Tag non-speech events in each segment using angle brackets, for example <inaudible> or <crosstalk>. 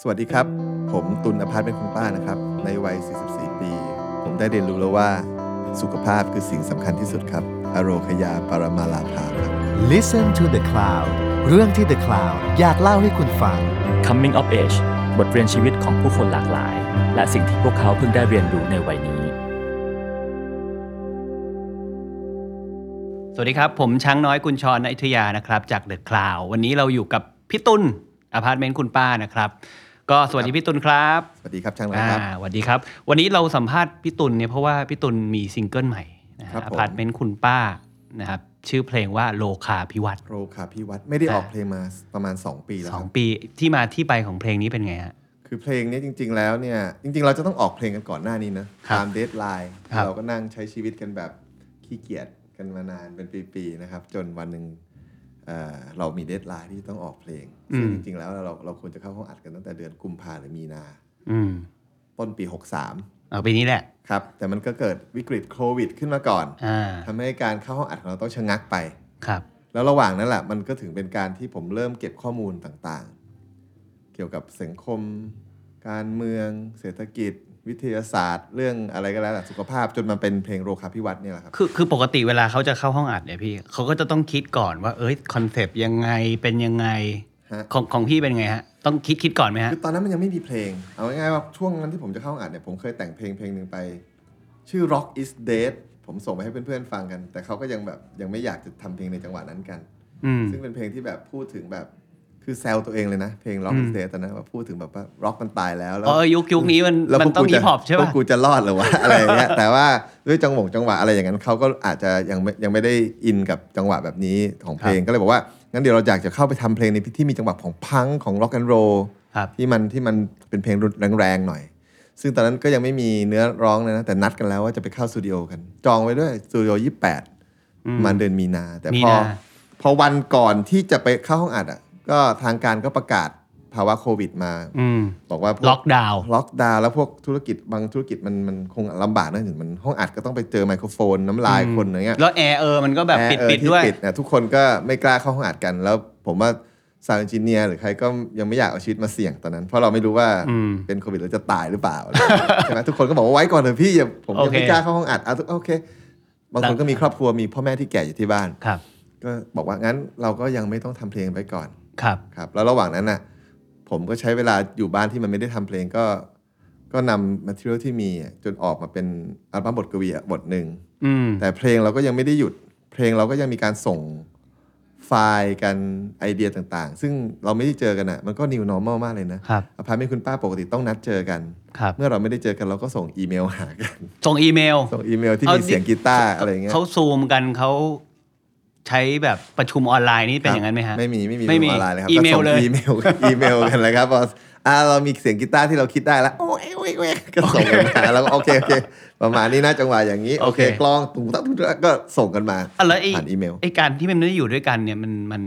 สวัสดีครับ ผมตุลอภาสเป็นคุณป้านะครับ ในวัย 44 ปี ผมได้เรียนรู้แล้วว่า สุขภาพคือสิ่งสำคัญที่สุดครับ อโรคยาปรมาลาภาครับ Listen to the Cloud เรื่องที่ The Cloud อยากเล่าให้คุณฟัง Coming of Age บทเรียนชีวิตของผู้คนหลากหลาย และสิ่งที่พวกเขาเพิ่งได้เรียนรู้ในวัยนี้ สวัสดีครับ ผมช้างน้อยกุญชรณอยุธยานะครับ จากเดอะคลาววันนี้เราอยู่กับพี่ตุลอพาร์ตเมนต์คุณป้านะครับ ก็สวัสดีพี่ตุลครับ สวัสดีครับช่างนะ อ่า ครับ สวัสดีครับ วันนี้เราสัมภาษณ์พี่ตุลเนี่ยเพราะว่าพี่ตุลมีซิงเกิลใหม่นะ ครั ฮะ บผม อพาร์ตเมนต์คุณป้านะครับชื่อเพลงว่าโลคาพิวัตร โรคาพิวัตรไม่ได้ออก อ่า เพลงมาประมาณ 2 ปีแล้ว ส ค อง รับ ปีที่มาที่ไปของเพลงนี้เป็นไงฮะ คือเพลงเนี้จริง ๆ แล้วเนี่ย จริง ๆ เราจะต้องออกเพลงกันก่อนหน้านี้นะครับ ตามเดทไลน์ ครับ เราก็นั่งใช้ชีวิตกันแบบขี้เกียจกันมานานเป็นปีๆนะครับ จนวันหนึ่งเอ่อเรามีเดทไลน์ที่ต้องออกเพลงซึ่งจริง ๆ แล้วเราเราควรจะเข้าห้องอัดกันตั้งแต่เดือนกุมภาหรือมีนา อืม ต้นปี เอาปีนี้แหละ 63 ครับ แต่มันก็เกิดวิกฤตโควิดขึ้นมาก่อน อ่า ทำให้การเข้าห้องอัดของเราต้องชะงักไป ครับ แล้วระหว่างนั้นแหละมันก็ถึงเป็นการที่ผมเริ่มเก็บข้อมูลต่างๆ เกี่ยวกับสังคม การเมือง เศรษฐกิจ วิทยาศาสตร์ เรื่องอะไรก็แล้วแต่สุขภาพจนมันเป็นเพลงโรคาพิวัตรเนี่ยแหละครับ คือคือปกติเวลาเขาจะเข้าห้องอัดเนี่ยพี่เขาก็จะต้องคิดก่อนว่าเอ้ยคอนเซปต์ยังไงเป็นยังไง ฮะ ของของพี่เป็นไงฮะ ต้องคิดคิดก่อนไหมฮะ คือตอนนั้นมันยังไม่มีเพลง เอาง่ายๆว่าช่วงนั้นที่ผมจะเข้าอัดเนี่ยผมเคยแต่งเพลงเพลงหนึ่งไป ชื่อ Rock is Dead ผมส่งไปให้เพื่อนๆฟังกัน แต่เขาก็ยังแบบยังไม่อยากจะทำเพลงในจังหวะนั้นกัน อืม ซึ่งเป็นเพลงที่แบบพูดถึงแบบคือแซวตัวเองเลยนะ เพลง Rock is Dead ตอนนั้นแบบพูดถึงแบบว่าร็อกมันตายแล้วแล้ว เออยุคยุคนี้มัน แล้ว มันต้อง พวกกู ฮิ จะ ปฮอปใช่ พ ป่ะ วกกูจะรอดเหรือ <laughs> วะ อะไรอย่างเงี้ยแต่ว่าด้วยจังหวงจังหวะอะไรอย่างนั้นเขาก็อาจจะยังไม่ยังไม่ได้อินกับจังหวะแบบนี้ของเพลงก็เลยบอกว่างั้นเดี๋ยวเราอยากจะเข้าไปทำเพลงในที่มีจังหวะของพังก์ของร็อกแอนด์โร ครับ ที่มันที่มันเป็นเพลงแรงๆหน่อย ซึ่งตอนนั้นก็ยังไม่มีเนื้อร้องเลยนะแต่นัดกันแล้วว่าจะไปเข้าสตูดิโอกัน จองไว้ด้วยสตูดิโอยี่แปดมันเดือนมีนา แต่ มี พอ นา พอวันก่อนที่จะไปเข้าห้องอัดอ่ะก็ทางการก็ประกาศภาวะโควิดมา อืม บอกว่าพว ล็อกดาวน์ ล็อกดาวน์แล้วพวกธุรกิจบางธุรกิจมันมันคงลำบากนะถึงมันห้องอัดก็ต้องไปเจอไมโครโฟนน้ำลาย อืม คนอะไรเงี้ย แล้วแอร์เออมันก็แบบ อร์ ปิด เออ ปิด ที่ ด้วย ปิดนะทุกคนก็ไม่กล้าเข้าห้องอัดกัน แล้วผมว่าซาวด์เอนจิเนียร์หรือใครก็ยังไม่อยากเอาชีวิตมาเสี่ยงตอนนั้น เพราะเราไม่รู้ว่า อืม เป็นโควิดแล้วจะตายหรือเปล่า <laughs> อะไรอย่างเงี้ยใช่ไหมทุกคนก็บอกว่าไว้ก่อนเถอะพี่อย่าผมยังไม่ โอเค กล้าเข้าห้องอัดเอาทุกโอเค บางคน แล้ว ก็มีครอบครัวมีพ่อแม่ที่แก่อยู่ที่บ้าน ครับ ก็บอกว่างั้นเราก็ยังไม่ต้องทำเพลงไปก่อน ครับ ครับแล้วระหว่างนั้นน่ะผมก็ใช้เวลาอยู่บ้านที่มันไม่ได้ทำเพลงก็ ก็นำมาท r เ a l ที่มีอ่ะจนออกมาเป็นอัลบั้มบทกวีอ่ะบทหนึ่ง อืม แต่เพลงเราก็ยังไม่ได้หยุด เพลงเราก็ยังมีการส่งไฟล์กันไอเดียต่างๆ ซึ่งเราไม่ได้เจอกันอ่ะมันก็ new normal มากเลยนะครับ อพาร์ตเมนต์คุณป้าปกติต้องนัดเจอกัน ครับ เมื่อเราไม่ได้เจอกันเราก็ส่งอีเมลหากัน <laughs> ส่งอีเมล ส่งอีเมลที่ เอา มี ดิ เสียงกีตาร์อะไรอย่างเงี้ย เขาซูมกันเขาใช้แบบประชุมออนไลน์นี่เป็นอย่างนั้นไหมฮะ ไม่มีไม่มี ไม่มี ออนไลน์เลยครับ อีเมลเลย ก็ส่งอีเมล <laughs> อีเมลกันเลยครับพออ่าเรามีเสียงกีตาร์ที่เราคิดได้แล้วโอ้ยโอ้ยโอ้ย <laughs> ก็ส่งกันมาแล้วก็โอเคโอเค ประมาณนี้นะจังหวะอย่างนี้ โอ โอ เค เค กลองตุ้งตั้งตุ้งตั้งก็ส่งกันมา อ่ะแล้วไอ้ ผ่านอีเมล ไอ้การที่มันไม่ได้อยู่ด้วยกันเนี่ยมันมัน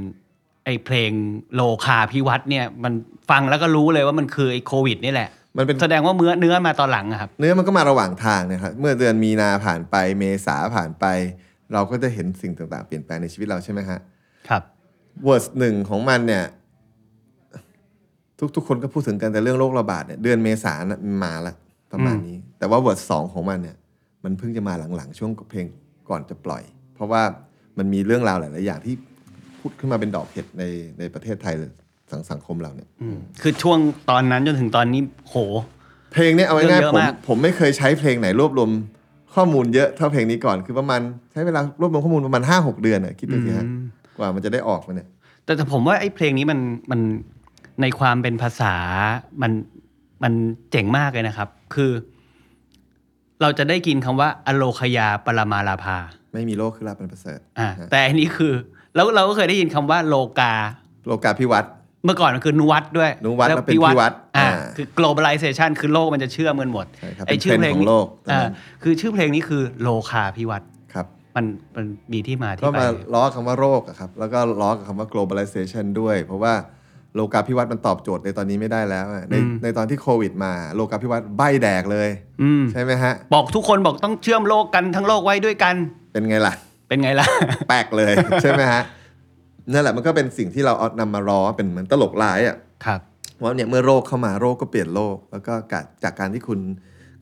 ไอ้เพลงโลคาพิวัตรเนี่ยมันฟังแล้วก็รู้เลยว่ามันคือไอ้โควิดนี่แหละ มันเป็น แสดงว่าเนื้อเนื้อมาตอนหลังอะครับ เนื้อมันก็มาระหว่างทางนะครับเมื่อเดือนมีนาผ่านไปเมษาผ่านไป เราก็จะเห็นสิ่งต่างๆ เปลี่ยนแปลงในชีวิตเราใช่ไหมฮะ ครับ เวอร์สหนึ่งของมันเนี่ย ทุกทุกคนก็พูดถึงกันแต่เรื่องโรคระบาดเนี่ยเดือนเมษานะมาละประมาณนี้ แต่ว่าเวอร์สองของมันเนี่ย มันเพิ่งจะมาหลังๆ ช่วงเพลงก่อนจะปล่อย เพราะว่ามันมีเรื่องราวหลายๆอย่างที่พูดขึ้นมาเป็นดอกเห็ดในในประเทศไทยสังสังคมเราเนี่ย คือช่วงตอนนั้นจนถึงตอนนี้โห เพลงเนี้ยเอา เรื่ ง่าย องๆผเยอะม มาก ผมไม่เคยใช้เพลงไหนรวบรวมข้อมูลเยอะเท่าเพลงนี้ก่อนคือประมาณใช้เวลารวบรวมข้อมูลประมาณห้าหกเดือนน่ะคิดดูสิฮะกว่ามันจะได้ออกมาเนี่ย แต่แต่ผมว่าไอ้เพลงนี้มันมันในความเป็นภาษามันมันเจ๋งมากเลยนะครับ คือ เราจะได้กินคำว่าอโลคยาปรมาลาภา ไม่มีโรคคือลาบเป็นประเสริฐ อ่าแต่อันนี้คือ แล้วเราก็เคยได้ยินคำว่าโลกา โลกาภิวัตน์ เมื่อก่อนมันคือนุวัตด้วย นุวัฒน์แล้วเป็นพิวัฒน์ อ่า อ่า คือ globalization คือโลกมันจะเชื่อมกันหมด ใช่ครับ ไอ้ เป็น ชื่อเพลง trend ของโลกตอนนั้ อ่าน คือชื่อเพลงนี้คือโลคาพิวัตร ครับ มันมันมีที่มาที่ ก็ ไป มาล้อคำว่าโรคอะครับ แล้วก็ล้อกับคำว่า globalization ด้วย เพราะว่าโลกาภิวัตน์มันตอบโจทย์ในตอนนี้ไม่ได้แล้วอะในในตอนที่โควิดมา โลกาภิวัตน์ใบแดกเลย อืม ใช่ไหมฮะ บอกทุกคนบอกต้องเชื่อมโลกกันทั้งโลกไว้ด้วยกัน เป็นไงล่ะ <laughs> เป็นไงล่ะ แปลกเลย ใช่ไหมฮะ นั่นแหละมันก็เป็นสิ่งที่เราเอานำมาล้อเป็นเหมือนตลกร้ายอะ ครับ ว่าเนี่ยเมื่อโรคเข้ามาโรคก็เปลี่ยนโลก แล้วก็กะจากการที่คุณ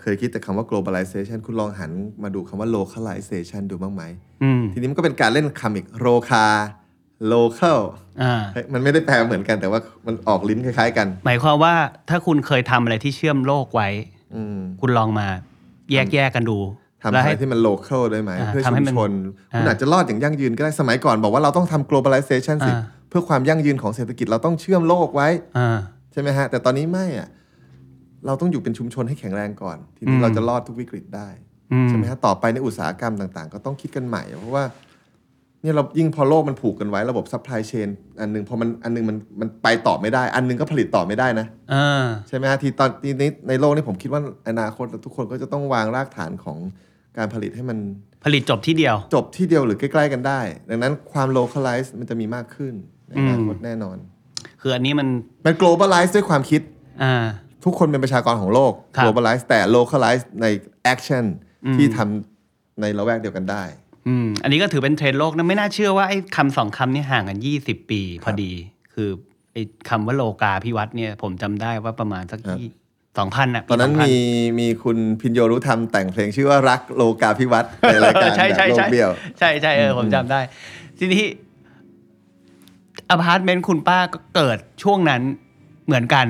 เคยคิดแต่คำว่า globalization คุณลองหันมาดูคำว่า localization ดูบ้างไหม อืม ทีนี้มันก็เป็นการเล่นคำอีกโรคา local อ่า เฮ้ยมันไม่ได้แปลเหมือนกันแต่ว่ามันออกลิ้นคล้าย ๆ กัน หมายความว่าถ้าคุณเคยทำอะไรที่เชื่อมโลกไว้ อืม คุณลองมาแยกแยกๆกันดู ทำ แล้ว อะไร ให้ ที่มัน local ได้ไหม อ่า เพื่อ ทำ ชุ ให้ ม มัน ชน คุณ อ่า อาจจะรอดอย่างยั่งยืนก็ได้สมัยก่อนบอกว่าเราต้องทำ globalization สิ อ่า เพื่อความยั่งยืนของเศรษฐกิจเราต้องเชื่อมโลกไว้ อ่า ใช่ไหมฮะ แต่ตอนนี้ไม่อะเราต้องอยู่เป็นชุมชนให้แข็งแรงก่อน ทีนี้ อืม เราจะรอดทุกวิกฤตได้ อืม ใช่ไหมฮะต่อไปในอุตสาหกรรมต่างๆ ก็ต้องคิดกันใหม่ เพราะว่าเนี่ยเรายิ่งพอโลกมันผูกกันไว้ระบบซัพพลายเชนอันหนึงพอมันอันหนึงมันมันไปต่อไม่ได้ อันหนึงก็ผลิตต่อไม่ได้นะ เออ ใช่ไหมฮะทีตอนทีนี้ในโลกนี่ผมคิดว่าอนาคตทุกคนก็จะต้องวางรากฐานของการผลิตให้มัน ผลิตจบที่เดียว จบที่เดียวหรือใกล้ ๆ กันได้ ดังนั้นความ localize มันจะมีมากขึ้นในอนาคตแน่นอน คืออันนี้มัน มัน globalize ด้วยความคิด อ่า ทุกคนเป็นประชากรของโลก ครับ globalize แต่ localize ใน action ที่ทำในละแวกเดียวกันได้ อืมอันนี้ก็ถือเป็นเทรนด์โลกนะไม่น่าเชื่อว่าไอ้คำสองคำนี่ห่างกัน 20 ปีพอดี คือไอ้คำว่าโลกาพิวัตน์เนี่ย ผมจำได้ว่าประมาณสัก ครับ ยี่สองพันอ่ะปี ตอนนั้น 2000 มีมีคุณพินโยรู้ธรรมแต่งเพลงชื่อว่ารักโลกาพิวัตรในรายการ เออใช่ แบบโลใช่ใช่ กเบี้ยว ใช่ใช่เออผมจำได้ ทีนี้อพาร์ตเมนต์คุณป้าก็เกิดช่วงนั้นเหมือนกัน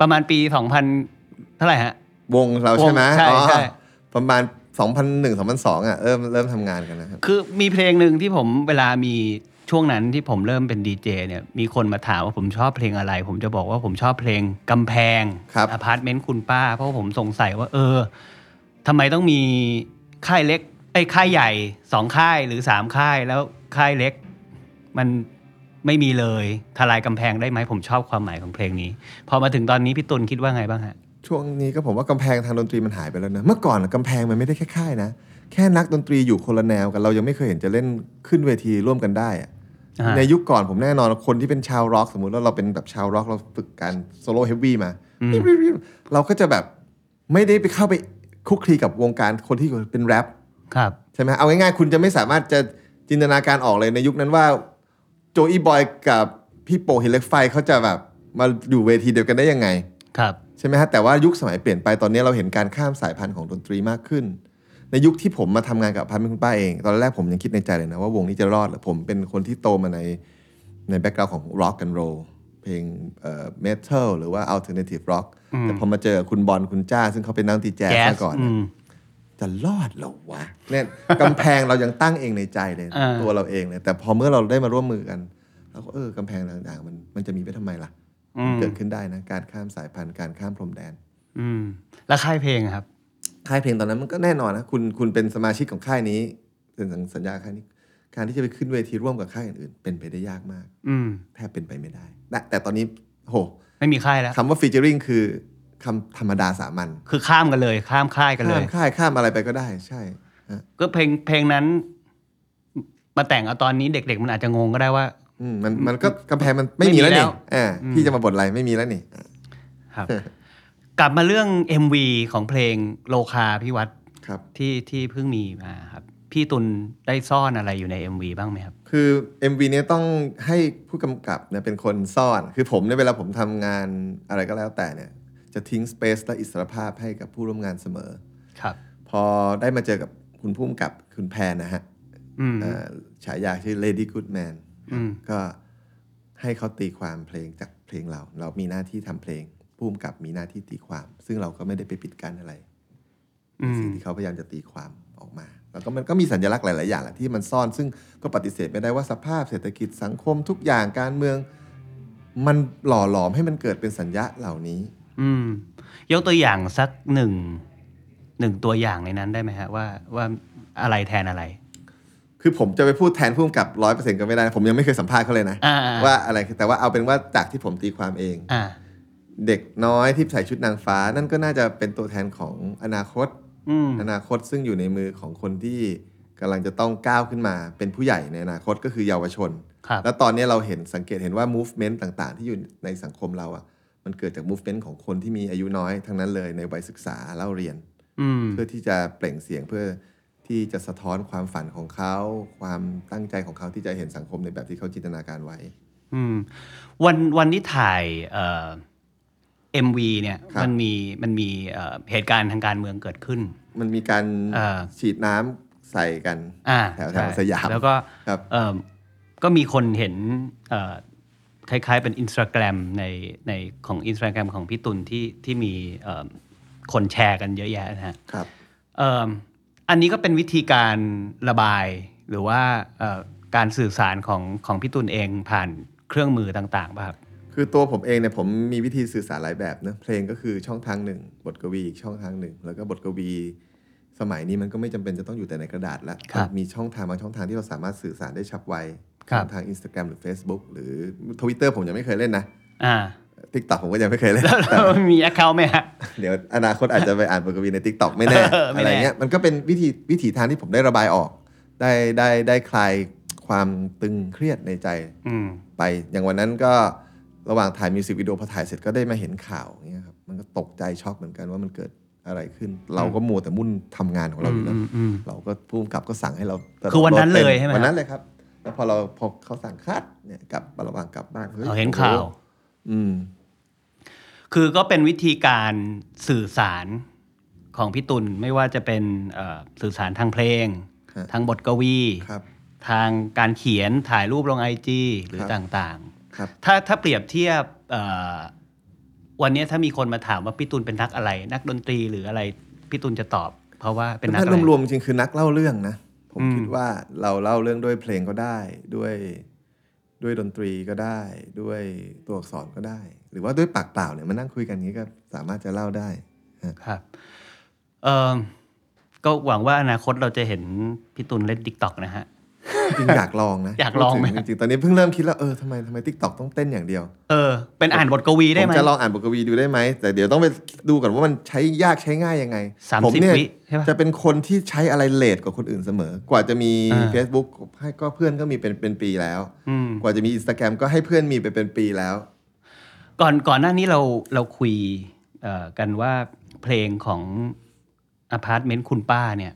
ประมาณปีสองพันเท่าไหร่ฮะ วงเราใช่ไหม วงใช่ อ๋อ ใช่ ประมาณ 2001 2002อ่ะเริ่มเริ่มทำงานกันนะครับ คือมีเพลงหนึ่งที่ผมเวลามีช่วงนั้นที่ผมเริ่มเป็นดีเจเนี่ยมีคนมาถามว่าผมชอบเพลงอะไร ผมจะบอกว่าผมชอบเพลงกำแพง ครับ อพาร์ตเมนต์คุณป้า เพราะผมสงสัยว่า เออทำไมต้องมีค่ายเล็กไอ้ยค่ายใหญ่สองค่ายหรือสามค่ายแล้วค่ายเล็ก มันไม่มีเลยทลายกำแพงได้ไหมผมชอบความหมายของเพลงนี้ พอมาถึงตอนนี้พี่ตุลคิดว่าไงบ้างฮะ ช่วงนี้ก็ผมว่ากำแพงทางดนตรีมันหายไปแล้วนะ เมื่อก่อนกำแพงมันไม่ได้แค่ค่ายนะ แค่นักดนตรีอยู่คนละแนวกันเรายังไม่เคยเห็นจะเล่นขึ้นเวทีร่วมกันได้อะ อ่า ในยุคก่อนผมแน่นอนคนที่เป็นชาวร็อกสมมุติว่าเราเป็นแบบชาวร็อกเราฝึกการโซโล่เฮฟวี่มาเราก็จะแบบไม่ได้ไปเข้าไปคลุกคลีกับวงการคนที่เป็นแรป ครับ ใช่ไหมเอาง่ายๆ คุณจะไม่สามารถจะจินตนาการออกเลยในยุคนั้นว่าโจอีบอยกับพี่โปหินเหล็กไฟเขาจะแบบมาอยู่เวทีเดียวกันได้ยังไง ครับ ใช่ไหมฮะ แต่ว่ายุคสมัยเปลี่ยนไปตอนนี้เราเห็นการข้ามสายพันธุ์ของดนตรีมากขึ้น ในยุคที่ผมมาทำงานกับพันเป็นคุณป้าเอง ตอนแรกผมยังคิดในใจเลยนะว่าวงนี้จะรอดเหรือผมเป็นคนที่โตมาในในแบ็กกราวของร็อกกันโรเพลงเมทัลหรือว่าอัลเทอร์เนทีฟร็อกแต่พอมาเจอคุณบอลคุณจ้า ซึ่งเขาเป็นนักดนตรีแจ๊ส แก๊ส มาก่อน อื เนี่ย ม จะรอดเหรอวะเนี่ย <laughs> กำแพงเรายังตั้งเองในใจเลย อ่า ตัวเราเองเลยแต่พอเมื่อเราได้มาร่วมมือกันเราก็เออกำแพงต่างๆ มันมันจะมีไปทำไมล่ะมันเกิดขึ้นได้นะการข้ามสายพันธุ์การข้ามพรมแดน อืม แล้วค่ายเพลงอะครับ ค่ายเพลงตอนนั้นมันก็แน่นอนนะคุณคุณเป็นสมาชิกของค่ายนี้เซ็นสัญญาค่ายนี้ การที่จะไปขึ้นเวทีร่วมกับค่ายอื่นๆเป็นไปได้ยากมาก อืม แทบเป็นไปไม่ได้นะแต่ตอนนี้โห ไม่มีค่ายแล้ว คำว่าฟีเจอริงคือคำธรรมดาสามัญ คือข้ามกันเลยข้ามค่ายกันเล ข้าม ย ค่ายข้ามอะไรไปก็ได้ ใช่ฮะ ก็เพลงเพลงนั้น มาแต่งเอาตอนนี้เด็ก ๆ มันอาจจะงงก็ได้ว่า อืมมันมันก็กำแพงมันไม่มีแล้วนี่อ่าพี่จะมาบทอะไรไม่มีแล้วนี่ ครับ เออ กลับมาเรื่อง MV ของเพลงโลคาพิวัตร <laughs> ครับ ที่ที่เพิ่งมีมาครับ พี่ตุลได้ซ่อนอะไรอยู่ใน MV บ้างไหมครับ คือ MV เนี้ยต้องให้ผู้กำกับเนี่ยเป็นคนซ่อน คือผมเนี่ยเวลาผมทำงานอะไรก็แล้วแต่เนี่ย จะทิ้ง Space และอิสรภาพให้กับผู้ร่วมงานเสมอ ครับ พอได้มาเจอกับคุณผู้กำกับคุณแพนนะฮะ อืม เอ่อฉายาชื่อ Lady Goodman อืม ก็ให้เขาตีความเพลงจากเพลงเรา เรามีหน้าที่ทำเพลงผู้กำกับมีหน้าที่ตีความ ซึ่งเราก็ไม่ได้ไปปิดกั้นอะไร อืม สิ่งที่เขาพยายามจะตีความออกมา แล้วก็มันก็มีสัญลักษณ์หลาย ๆ อย่างแหละที่มันซ่อน ซึ่งก็ปฏิเสธไม่ได้ว่าสภาพเศรษฐกิจสังคมทุกอย่างการเมือง มันหล่อหลอมให้มันเกิดเป็นสัญญาเหล่านี้ อืม ยกตัวอย่างสักหนึ่งหนึ่งตัวอย่างในนั้นได้ไหมฮะว่าว่าอะไรแทนอะไร คือผมจะไปพูดแทนพุ่มกับร้อยเปอร์เซ็นต์ก็ไม่ได้นะผมยังไม่เคยสัมภาษณ์เขาเลยนะ อ่า ว่าอะไรแต่ว่าเอาเป็นว่าจากที่ผมตีความเอง อ่า เด็กน้อยที่ใส่ชุดนางฟ้า นั่นก็น่าจะเป็นตัวแทนของอนาคต อืม อนาคตซึ่งอยู่ในมือของคนที่กำลังจะต้องก้าวขึ้นมา เป็นผู้ใหญ่ในอนาคตก็คือเยาวชน ครับ แล้วตอนนี้เราเห็นสังเกตเห็นว่า movement ต่างๆ ที่อยู่ในสังคมเราอะ่ะมันเกิดจาก movement ของคนที่มีอายุน้อยทั้งนั้นเลยในวัยศึกษาเล่าเรียน อืม เพื่อที่จะเปล่งเสียงเพื่อที่จะสะท้อนความฝันของเขา ความตั้งใจของเขาที่จะเห็นสังคมในแบบที่เขาจินตนาการไว้ อืมวันวันที่ถ่ายเอ่อ็มวีเนี่ย ครับ มันมีมันมีเอ่อเหตุการณ์ทางการเมืองเกิดขึ้น มันมีการ เอ่อ ฉีดน้ำใส่กัน อ่า แถวแถว ใช่ สยาม แล้วก็ ครับ เอิ่มก็มีคนเห็นเอ่อคล้ายๆเป็นอินสตาแกรมในในของอินสตาแกรมของพี่ตุลที่ที่มีเอิ่มคนแชร์กันเยอะแยะนะฮะ ครับ เอิ่มอันนี้ก็เป็นวิธีการระบายหรือว่าเอ่อการสื่อสารของของพี่ตุลเองผ่านเครื่องมือต่างๆป่ะครับ คือตัวผมเองเนี่ยผมมีวิธีสื่อสารหลายแบบนะเพลงก็คือช่องทางหนึ่ง บทกวีอีกช่องทางหนึ่ง แล้วก็บทกวี สมัยนี้มันก็ไม่จำเป็นจะต้องอยู่แต่ในกระดาษละ ครับ มีช่องทางบางช่องทางที่เราสามารถสื่อสารได้ฉับไว ครับ ทาง Instagram หรือ Facebook หรือ Twitter ผมยังไม่เคยเล่นนะ อ่า Tik t o k ผมก็ยังไม่เค <laughs> ยเล่น แต่ แล้วมีแอคเคาท์ไหมฮะ เดี๋ยวอนาคตอาจจะไปอ่านบทกวีใน Tik t o k ไม่แน่ เออ <laughs> ไม่ อะ แน่ ไรเงี้ยมันก็เป็นวิธีวิถีทางที่ผมได้ระบายออก ได้ได้ได้คลายความตึงเครียดในใจ อืม ไปอย่างวันนั้นก็ระหว่างถ่ายมิวสิกวิดีโอพอถ่ายเสร็จก็ได้มาเห็นข่าวอย่างเงี้ยครับมันก็ตกใจช็อกเหมือนกันว่ามันเกิดอะไรขึ้น เราก็มัวแต่มุ่นทำงานของเราอยู่แล้ว อืมอืมอืม เราก็ผู้กำกับก็สั่งให้เรา คือวันนั้น ต็ เลยใช่ไหม วันนั้นเลยครับ แล้วพอเราพอเขาสั่งคัดเนี่ยกลับระหว่างกลับบ้านฮ้ย เราเห็นข่าว โอ้โอืม คือก็เป็นวิธีการสื่อสารของพี่ตุลไม่ว่าจะเป็นเอ่อสื่อสารทางเพลง ทางบทกวี ครับ ทางการเขียนถ่ายรูปลงไอจีหรืคอรับ ต่างๆ ครับ ถ้าถ้าเปรียบเทียบเอ่อวันนี้ถ้ามีคนมาถามว่าพี่ตุลเป็นนักอะไร นักดนตรีหรืออะไรพี่ตุลจะตอบ เพราะว่าเป็นนัก ถ้า อะไร รวมๆจริงๆคือนักเล่าเรื่องนะผม อืม คิดว่าเราเล่าเรื่องด้วยเพลงก็ได้ด้วยด้วยดนตรีก็ได้ ด้วยตัวอักษรก็ได้ หรือว่าด้วยปากเปล่าเนี่ยมานั่งคุยกันอย่างนี้ก็สามารถจะเล่าได้ ครับเอ่อก็หวังว่าอนาคตเราจะเห็นพี่ตุลเล่นติ๊กต็อกนะฮะ จริงอยากลองนะ <laughs> อยากลองไหม พูดถึจริงๆตอนนี้เพิ่งเริ่มคิดแล้วเออทำไมทำไมทิกตอกต้องเต้นอย่างเดียว เออ เป็นอ่านบทกวีได้ ผ ไหม มจะลองอ่านบทกวีดูได้ไหม แต่เดี๋ยวต้องไปดูก่อนว่ามันใช้ยากใช้ง่ายยังไง สาม ผม สิบ เนี่ย วิใช่ปะ จะเป็นคนที่ใช้อะไรเลทกว่าคนอื่นเสมอ กว่าจะมี อ่า Facebook ให้ก็เพื่อนก็มีเป็นเป็นปีแล้ว อืม กว่าจะมี Instagram ก็ให้เพื่อนมีไปเป็นปีแล้ว ก่อนก่อนหน้านี้เราเราคุยเอ่อกันว่าเพลงของอพาร์ตเมนต์คุณป้าเนี่ย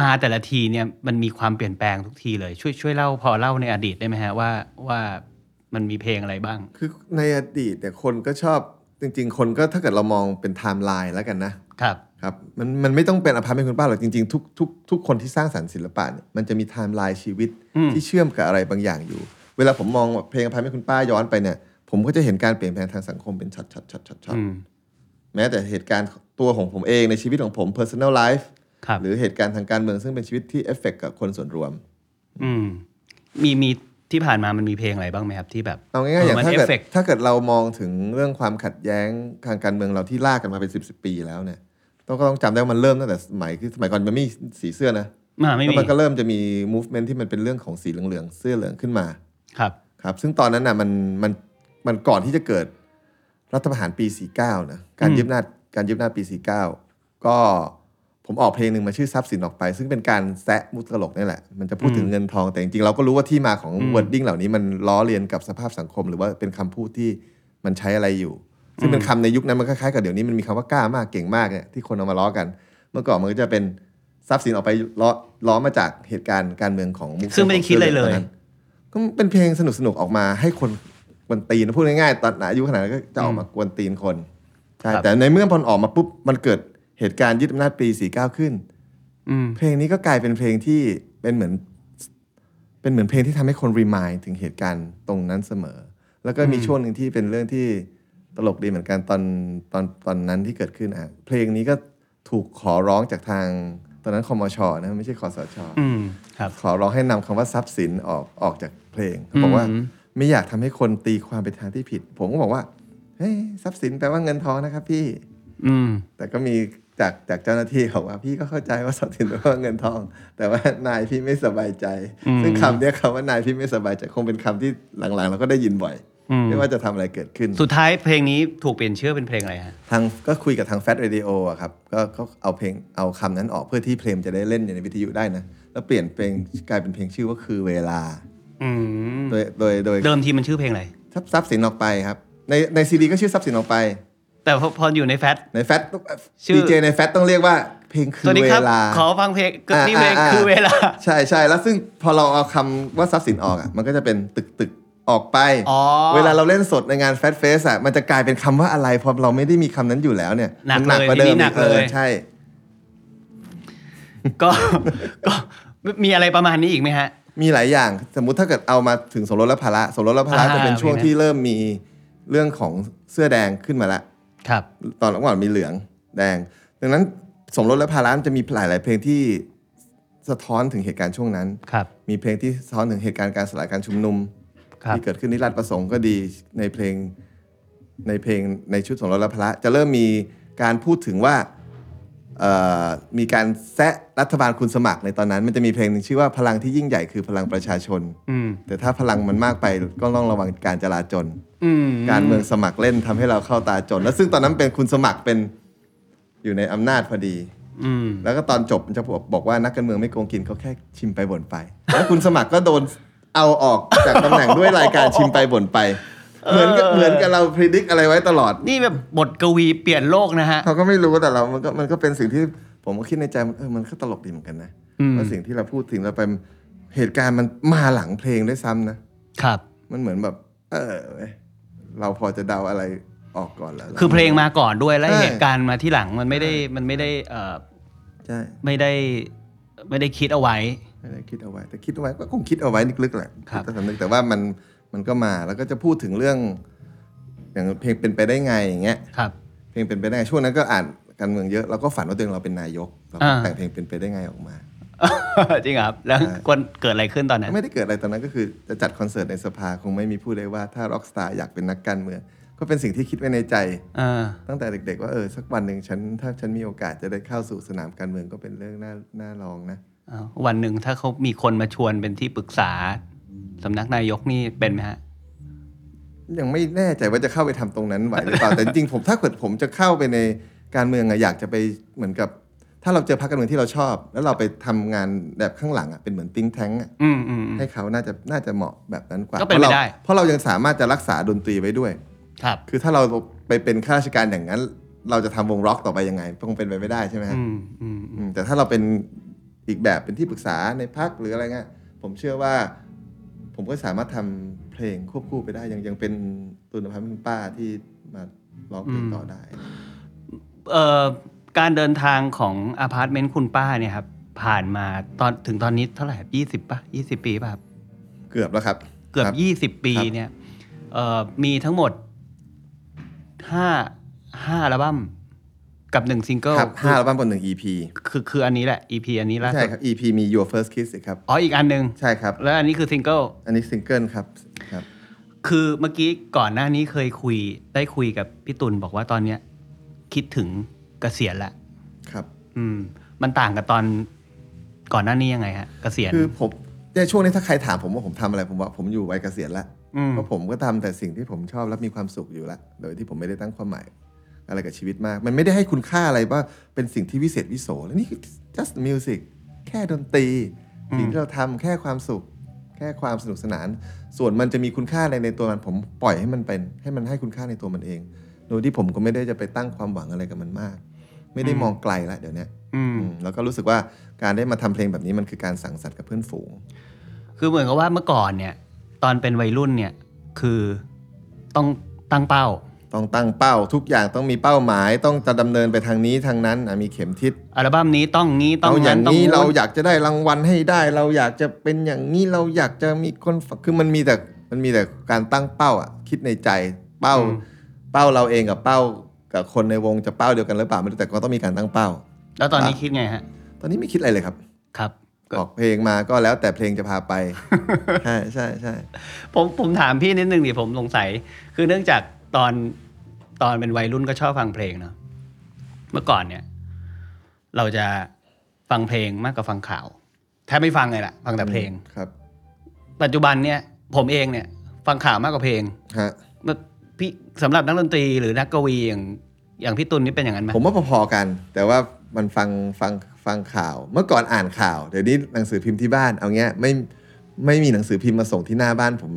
มาแต่ละทีเนี่ยมันมีความเปลี่ยนแปลงทุกทีเลย ช่วยช่วยเล่าพอเล่าในอดีตได้ไหมฮะว่าว่ามันมีเพลงอะไรบ้าง คือในอดีตเนี่ยคนก็ชอบจริง ๆ คนก็ถ้าเกิดเรามองเป็นไทม์ไลน์แล้วกันนะ ครับ ครับมันมันไม่ต้องเป็นอพาร์ตเมนต์คุณป้าหรอกจริงๆทุกทุกทุกคนที่สร้างสรรค์ศิลปะเนี่ยมันจะมีไทม์ไลน์ชีวิต อืม ที่เชื่อมกับอะไรบางอย่างอยู่ เวลาผมมองเพลงอพาร์ตเมนต์คุณป้าย้อนไปเนี่ยผมก็จะเห็นการเปลี่ยนแปลงทางสังคมเป็นช็อตช็อตช็อตช็อตช็อต อืม แม้แต่เหตุการณ์ตัวของผมเองในชีวิตของผม personal life ครับ หรือเหตุการณ์ทางการเมืองซึ่งเป็นชีวิตที่เอฟเฟกกับคนส่วนรวม อืมมีมีที่ผ่านมามันมีเพลงอะไรบ้างไหมครับ ที่แบบ เอาง่ายๆอย่าง มัน ถ้า เอ เกิ ฟ ด เฟก ถ้าเกิดเรามองถึงเรื่องความขัดแย้งทางการเมืองเราที่ลากกันมาเป็นสิบสิบปีแล้วเนี่ยต้องก็ต้องจำได้ว่ามันเริ่มตั้งแต่สมัยคือสมัยก่อนมันไม่มีสีเสื้อนะ มาไม่ แล้ว มี มันก็เริ่มจะมี movement ที่มันเป็นเรื่องของสีเหลืองๆ เสื้อเหลืองขึ้นมา ครับ ครับ ซึ่งตอนนั้นน่ะมันมันมันก่อนที่จะเกิดรัฐประหารปี 49 นะ การ อืม ยึดอำนาจการยึดอำนาจปี 49 ก็ผมออกเพลงหนึ่งมาชื่อทรัพย์สินออกไป ซึ่งเป็นการแซะมุกตลกนี่แหละ มันจะพูดถึงเงินทองแต่จริงๆเราก็รู้ว่าที่มาของ wording เหล่านี้มันล้อเลียนกับสภาพสังคม หรือว่าเป็นคำพูดที่มันใช้อะไรอยู่ ซึ่งเป็นคำในยุคนั้นมันคล้ายๆกับเดี๋ยวนี้มันมีคำว่ากล้ามากเก่งมากเนี่ยที่คนเอามาล้อกัน เมื่อก่อนมันก็จะเป็นทรัพย์สินออกไปล้อล้อมาจากเหตุการณ์การเมืองของมุก ซึ่งไม่ได้คิดอะไรเลตอยนนั้นก็เป็นเพลงสนุกๆออกมาให้คนกวนตีนพูดง่ายๆตอนอายุขนาดนั้นก็จะออกมากวนตีนคนใช่ ครับ แต่ในเมื่อพอออกมาปุ๊บมันเกิดเหตุการณ์ยึดอำนาจปี 49 ขึ้น อืม เพลงนี้ก็กลายเป็นเพลงที่เป็นเหมือน เป็นเหมือนเพลงที่ทำให้คนรีมายถึงเหตุการณ์ตรงนั้นเสมอ แล้วก็มีช่วงหนึ่งที่เป็นเรื่องที่ตลกดีเหมือนกันตอนตอนตอนนั้นที่เกิดขึ้นอ่ะเพลงนี้ก็ถูกขอร้องจากทางตอนนั้นคอมชนะไม่ใช่คอสช อืมครับ ขอร้องให้นำคำว่าทรัพย์สินออกออกจากเพลงเขาบอกว่า อืม ไม่อยากทำให้คนตีความไปทางที่ผิด ผมก็บอกว่าเฮ้ยทรัพย์สินแปลว่าเงินทองนะครับพี่ อืม แต่ก็มีจากจากเจ้าหน้าที่บอกว่าพี่ก็เข้าใจว่าทรัพย์สินเป็นเงินทอง แต่ว่านายพี่ไม่สบายใจ อืม ซึ่งคำเนี้ยคำว่านายพี่ไม่สบายใจคงเป็นคำที่หลังๆ เราก็ได้ยินบ่อย อืม ไม่ว่าจะทำอะไรเกิดขึ้น สุดท้ายเพลงนี้ถูกเปลี่ยนชื่อเป็นเพลงอะไรฮะ ทางก็คุยกับทางแฟ t เรดิโออะครับก็ก็เอาเพลงเอาคำนั้นออกเพื่อที่เพลงจะได้เล่นอยู่ในวิทยุได้นะ แล้วเปลี่ยนเพลงกลายเป็นเพลงชื่อว่าคือเวลา อืม โดยโดยโดย เดิมทีมันชื่อเพลงอะไร ทรัพย์ทรัพย์สินออกไปครับ ในในซีดีก็ชื่อทรัพย์สินออกไป แต่พอพออยู่ในแฟต ในแฟต ชื่อ ดีเจในแฟตต้องเรียกว่าเพลงคือ สวัสดี เว ครับ ลา ขอฟังเพลง อ่า นี่เพลง า คือเวลา ใช่ใช่แล้วซึ่งพอเราเอาคำว่าทรัพย์สินออกอ่ะมันก็จะเป็นตึกตึก ออกไป อ๋อ เวลาเราเล่นสดในงานแฟตเฟสอะมันจะกลายเป็นคำว่าอะไรพอเราไม่ได้มีคำนั้นอยู่แล้วเนี่ย หนัก มั เลย กว่าเดิ ที ม นี้หนัก ออ เลย ใช่ <laughs> ก็ ก็มีอะไรประมาณนี้อีกไหมฮะ มีหลายอย่างสมมุติถ้าเกิดเอามาถึงสมรสและภาระสมรสและภาระ อ่า จะเป็นช่วง มีไหม ที่เริ่มมีเรื่องของเสื้อแดงขึ้นมาละ ครับ ตอนหลังก่อนมีเหลืองแดง ดังนั้นสมรสและภาระมันจะมีหลาย ๆ เพลงที่สะท้อนถึงเหตุการณ์ช่วงนั้น ครับ มีเพลงที่สะท้อนถึงเหตุการณ์การสลายการชุมนุม ครับ ที่เกิดขึ้นที่ราชประสงค์ก็ดีในเพลงในเพลงในชุดสมรสและพระจะเริ่มมีการพูดถึงว่าเอ่อมีการแซะรัฐบาลคุณสมัครในตอนนั้น มันจะมีเพลงหนึ่งชื่อว่าพลังที่ยิ่งใหญ่คือพลังประชาชน อืม แต่ถ้าพลังมันมากไปก็ต้องระวังการจลาจล อืม การเมืองสมัครเล่นทำให้เราเข้าตาจน แล้วซึ่งตอนนั้นเป็นคุณสมัครเป็นอยู่ในอำนาจพอดี อืม แล้วก็ตอนจบมันจะบอกบอกว่านักการเมืองไม่โกงกินเขาแค่ชิมไปบ่นไป แล้วคุณสมัครก็โดนเอาออกจากตำแหน่งด้วยรายการชิมไปบ่นไป เหมือนกับเหมือนกับเราพิจิกอะไรไว้ตลอด นี่แบบบทกวีเปลี่ยนโลกนะฮะ เขาก็ไม่รู้แต่เรา มันก็มันก็เป็นสิ่งที่ผมก็คิดในใจมันเออมันก็ตลกดีเหมือนกันนะ อืม ว่าสิ่งที่เราพูดถึงเราไปเหตุการณ์มันมาหลังเพลงด้วยซ้ำนะครับ มันเหมือนแบบ เออเว้ยเราพอจะเดาอะไรออกก่อนแล้ว คือเพลงมาก่อนด้วยแล้ว ใช่ เหตุการณ์มาที่หลังมันไม่ได้มันไม่ได้เอ่อ ใช่ ไม่ได้ไม่ได้คิดเอาไว้ ไม่ได้คิดเอาไว้ แต่คิดเอาไว้ก็คงคิดเอาไว้ลึกๆแหละ ครับ แต่สำนึกแต่ว่ามันมันก็มาแล้วก็จะพูดถึงเรื่อง อย่างเพลงเป็นไปได้ไงอย่างเงี้ย ครับ เพลงเป็นไปได้ไงช่วงนั้นก็อ่านการเมืองเยอะเราก็ฝันว่าตัวเองเราเป็นนายกเราก็ อ่า แต่งเพลงเป็นไปได้ไงออกมา <laughs> จริงเหรอครับ แล้ว ใช่ คนเกิดอะไรขึ้นตอนนั้น ไม่ได้เกิดอะไรตอนนั้นก็คือจะจัดคอนเสิร์ตในสภาคงไม่มีผู้ใดว่าถ้าร็อกสตาร์อยากเป็นนักการเมืองก็เป็นสิ่งที่คิดไว้ในใจ เออ ตั้งแต่เด็ก ๆ ว่าเออสักวันหนึ่งฉันถ้าฉันมีโอกาสจะได้เข้าสู่สนามการเมืองก็เป็นเรื่องน่าน่าลองนะ อ้าววันหนึ่งถ้าเขามีคนมาชวนเป็นที่ปรึกษาสำนักนายกนี่เป็นไหมฮะ ยังไม่แน่ใจว่าจะเข้าไปทำตรงนั้นไหวหรือเปล่า แต่จริงๆผมถ้าเกิดผมจะเข้าไปในการเมืองอะอยากจะไปเหมือนกับ ถ้าเราเจอพรรคการเมืองที่เราชอบ แล้วเราไปทำงานแบบข้างหลังอะเป็นเหมือนติ้งแท้งอะ อืมอืม ให้เขาน่าจะน่าจะเหมาะแบบนั้นกว่า ก็เป็นไปได้ เพราะราเพราะเรายังสามารถจะรักษาดนตรีไว้ด้วย ครับ คือถ้าเราไปเป็นข้าราชการอย่างนั้น เราจะทำวงร็อกต่อไปยังไงคงเป็นไปไม่ได้ใช่ไหมฮะ อืมอืม อืมแต่ถ้าเราเป็นอีกแบบเป็นที่ปรึกษาในพรรคหรืออะไรเงี้ยผมเชื่อว่า ผมก็สามารถทำเพลงควบคู่ไปได้ยังยังเป็นตุนพัฒน์ป้าที่มาร้องเพลงต่อได้ เอ่อการเดินทางของอพาร์ตเมนต์คุณป้าเนี่ยครับ ผ่านมาตอนถึงตอนนี้เท่าไหร่ยี่สิบ20ป่ะยี่สิบปีป่ะครับ เกือบแล้วครับ เกือบ ครั ยี่สิบปี ครับ เนี่ยเอ่อมีทั้งหมดห้าห้าอัลบั้มกับหนึ่งซิงเกิล ครับห้าอัลบั้มบนหนึ่ง EP คือคืออันนี้แหละ EP อันนี้ล่า ใช่ สุด ครับ EP มี Your First Kiss อีกครับ อ๋ออีกอันหนึ่ง ใช่ครับ แล้วอันนี้คือซิงเกิล อันนี้ซิงเกิลครับครับ คือเมื่อกี้ก่อนหน้านี้เคยคุยได้คุยกับพี่ตุลบอกว่าตอนเนี้ย คิดถึงเกษียณละ ครับ อืม มันต่างกับตอนก่อนหน้านี้ยังไงฮะเกษียณ คือผมเนี่ยช่วงนี้ถ้าใครถามผมว่าผมทำอะไรผมว่าผมอยู่วัยเกษียณแล้ว อืม เพราะผมก็ทำแต่สิ่งที่ผมชอบและมีความสุขอยู่แล้วโดยที่ผมไม่ได้ตั้งความหมายอะไรกับชีวิตมาก มันไม่ได้ให้คุณค่าอะไรว่าเป็นสิ่งที่วิเศษวิโสแล้วนี่คือ just music แค่ดนตรี สิ่งที่เราทำแค่ความสุข แค่ความสนุกสนาน ส่วนมันจะมีคุณค่าอะไรในตัวมันผมปล่อยให้มันเป็น ให้มันให้คุณค่าในตัวมันเอง โดยที่ผมก็ไม่ได้จะไปตั้งความหวังอะไรกับมันมาก ไม่ได้มองไกลละเดี๋ยวเนี้ย อืม อืมแล้วก็รู้สึกว่าการได้มาทำเพลงแบบนี้มันคือการสังสรรค์กับเพื่อนฝูง คือเหมือนกับว่าเมื่อก่อนเนี่ย ตอนเป็นวัยรุ่นเนี่ย คือต้องตั้งเป้า ต้องตั้งเป้าทุกอย่างต้องมีเป้าหมาย ต้องจะดำเนินไปทางนี้ทางนั้นอ่ะมีเข็มทิศ อัลบั้มนี้ต้องงี้ต้อ เรา ง อย่าง ต้อง นี้เราอยากจะได้รางวัลให้ได้ เราอยากจะเป็นอย่างนี้เราอยากจะมีคนฝคือมันมีแต่มันมีแต่การตั้งเป้าอ่ะคิดในใจเป้า เป้าเราเองกับเป้ากับคนในวงจะเป้าเดียวกันหรือเปล่าไม่รู้แต่ก็ต้องมีการตั้งเป้า แล้วตอนนี้คิดไงฮะ ตอนนี้ไม่คิดอะไรเลยครับ ครับ ออกเพลงมาก็แล้วแต่เพลงจะพา <laughs> ไป ใช่ใช่ใช่ ผมผมถามพี่นิดนึงดิผมสงสัย คือเนื่องจากตอนตอนเป็นวัยรุ่นก็ชอบฟังเพลงเนาะเมื่อก่อนเนี่ย เราจะฟังเพลงมากกว่าฟังข่าวแทบไม่ฟังเลยล่ะ ฟังแต่เพลง ครับ ปัจจุบันเนี่ย ผมเองเนี่ย ฟังข่าวมากกว่าเพลง ฮะ มันพี่สำหรับนักดนตรีหรือนักกวีอย่างอย่างพี่ตุลนี่เป็นอย่างนั้นไหม ผมว่าพอๆกัน แต่ว่ามันฟังฟังฟังข่าว เมื่อก่อนอ่านข่าว เดี๋ยวนี้หนังสือพิมพ์ที่บ้าน เอาเงี้ยไม่ไม่มีหนังสือพิมพ์มาส่งที่หน้าบ้านผม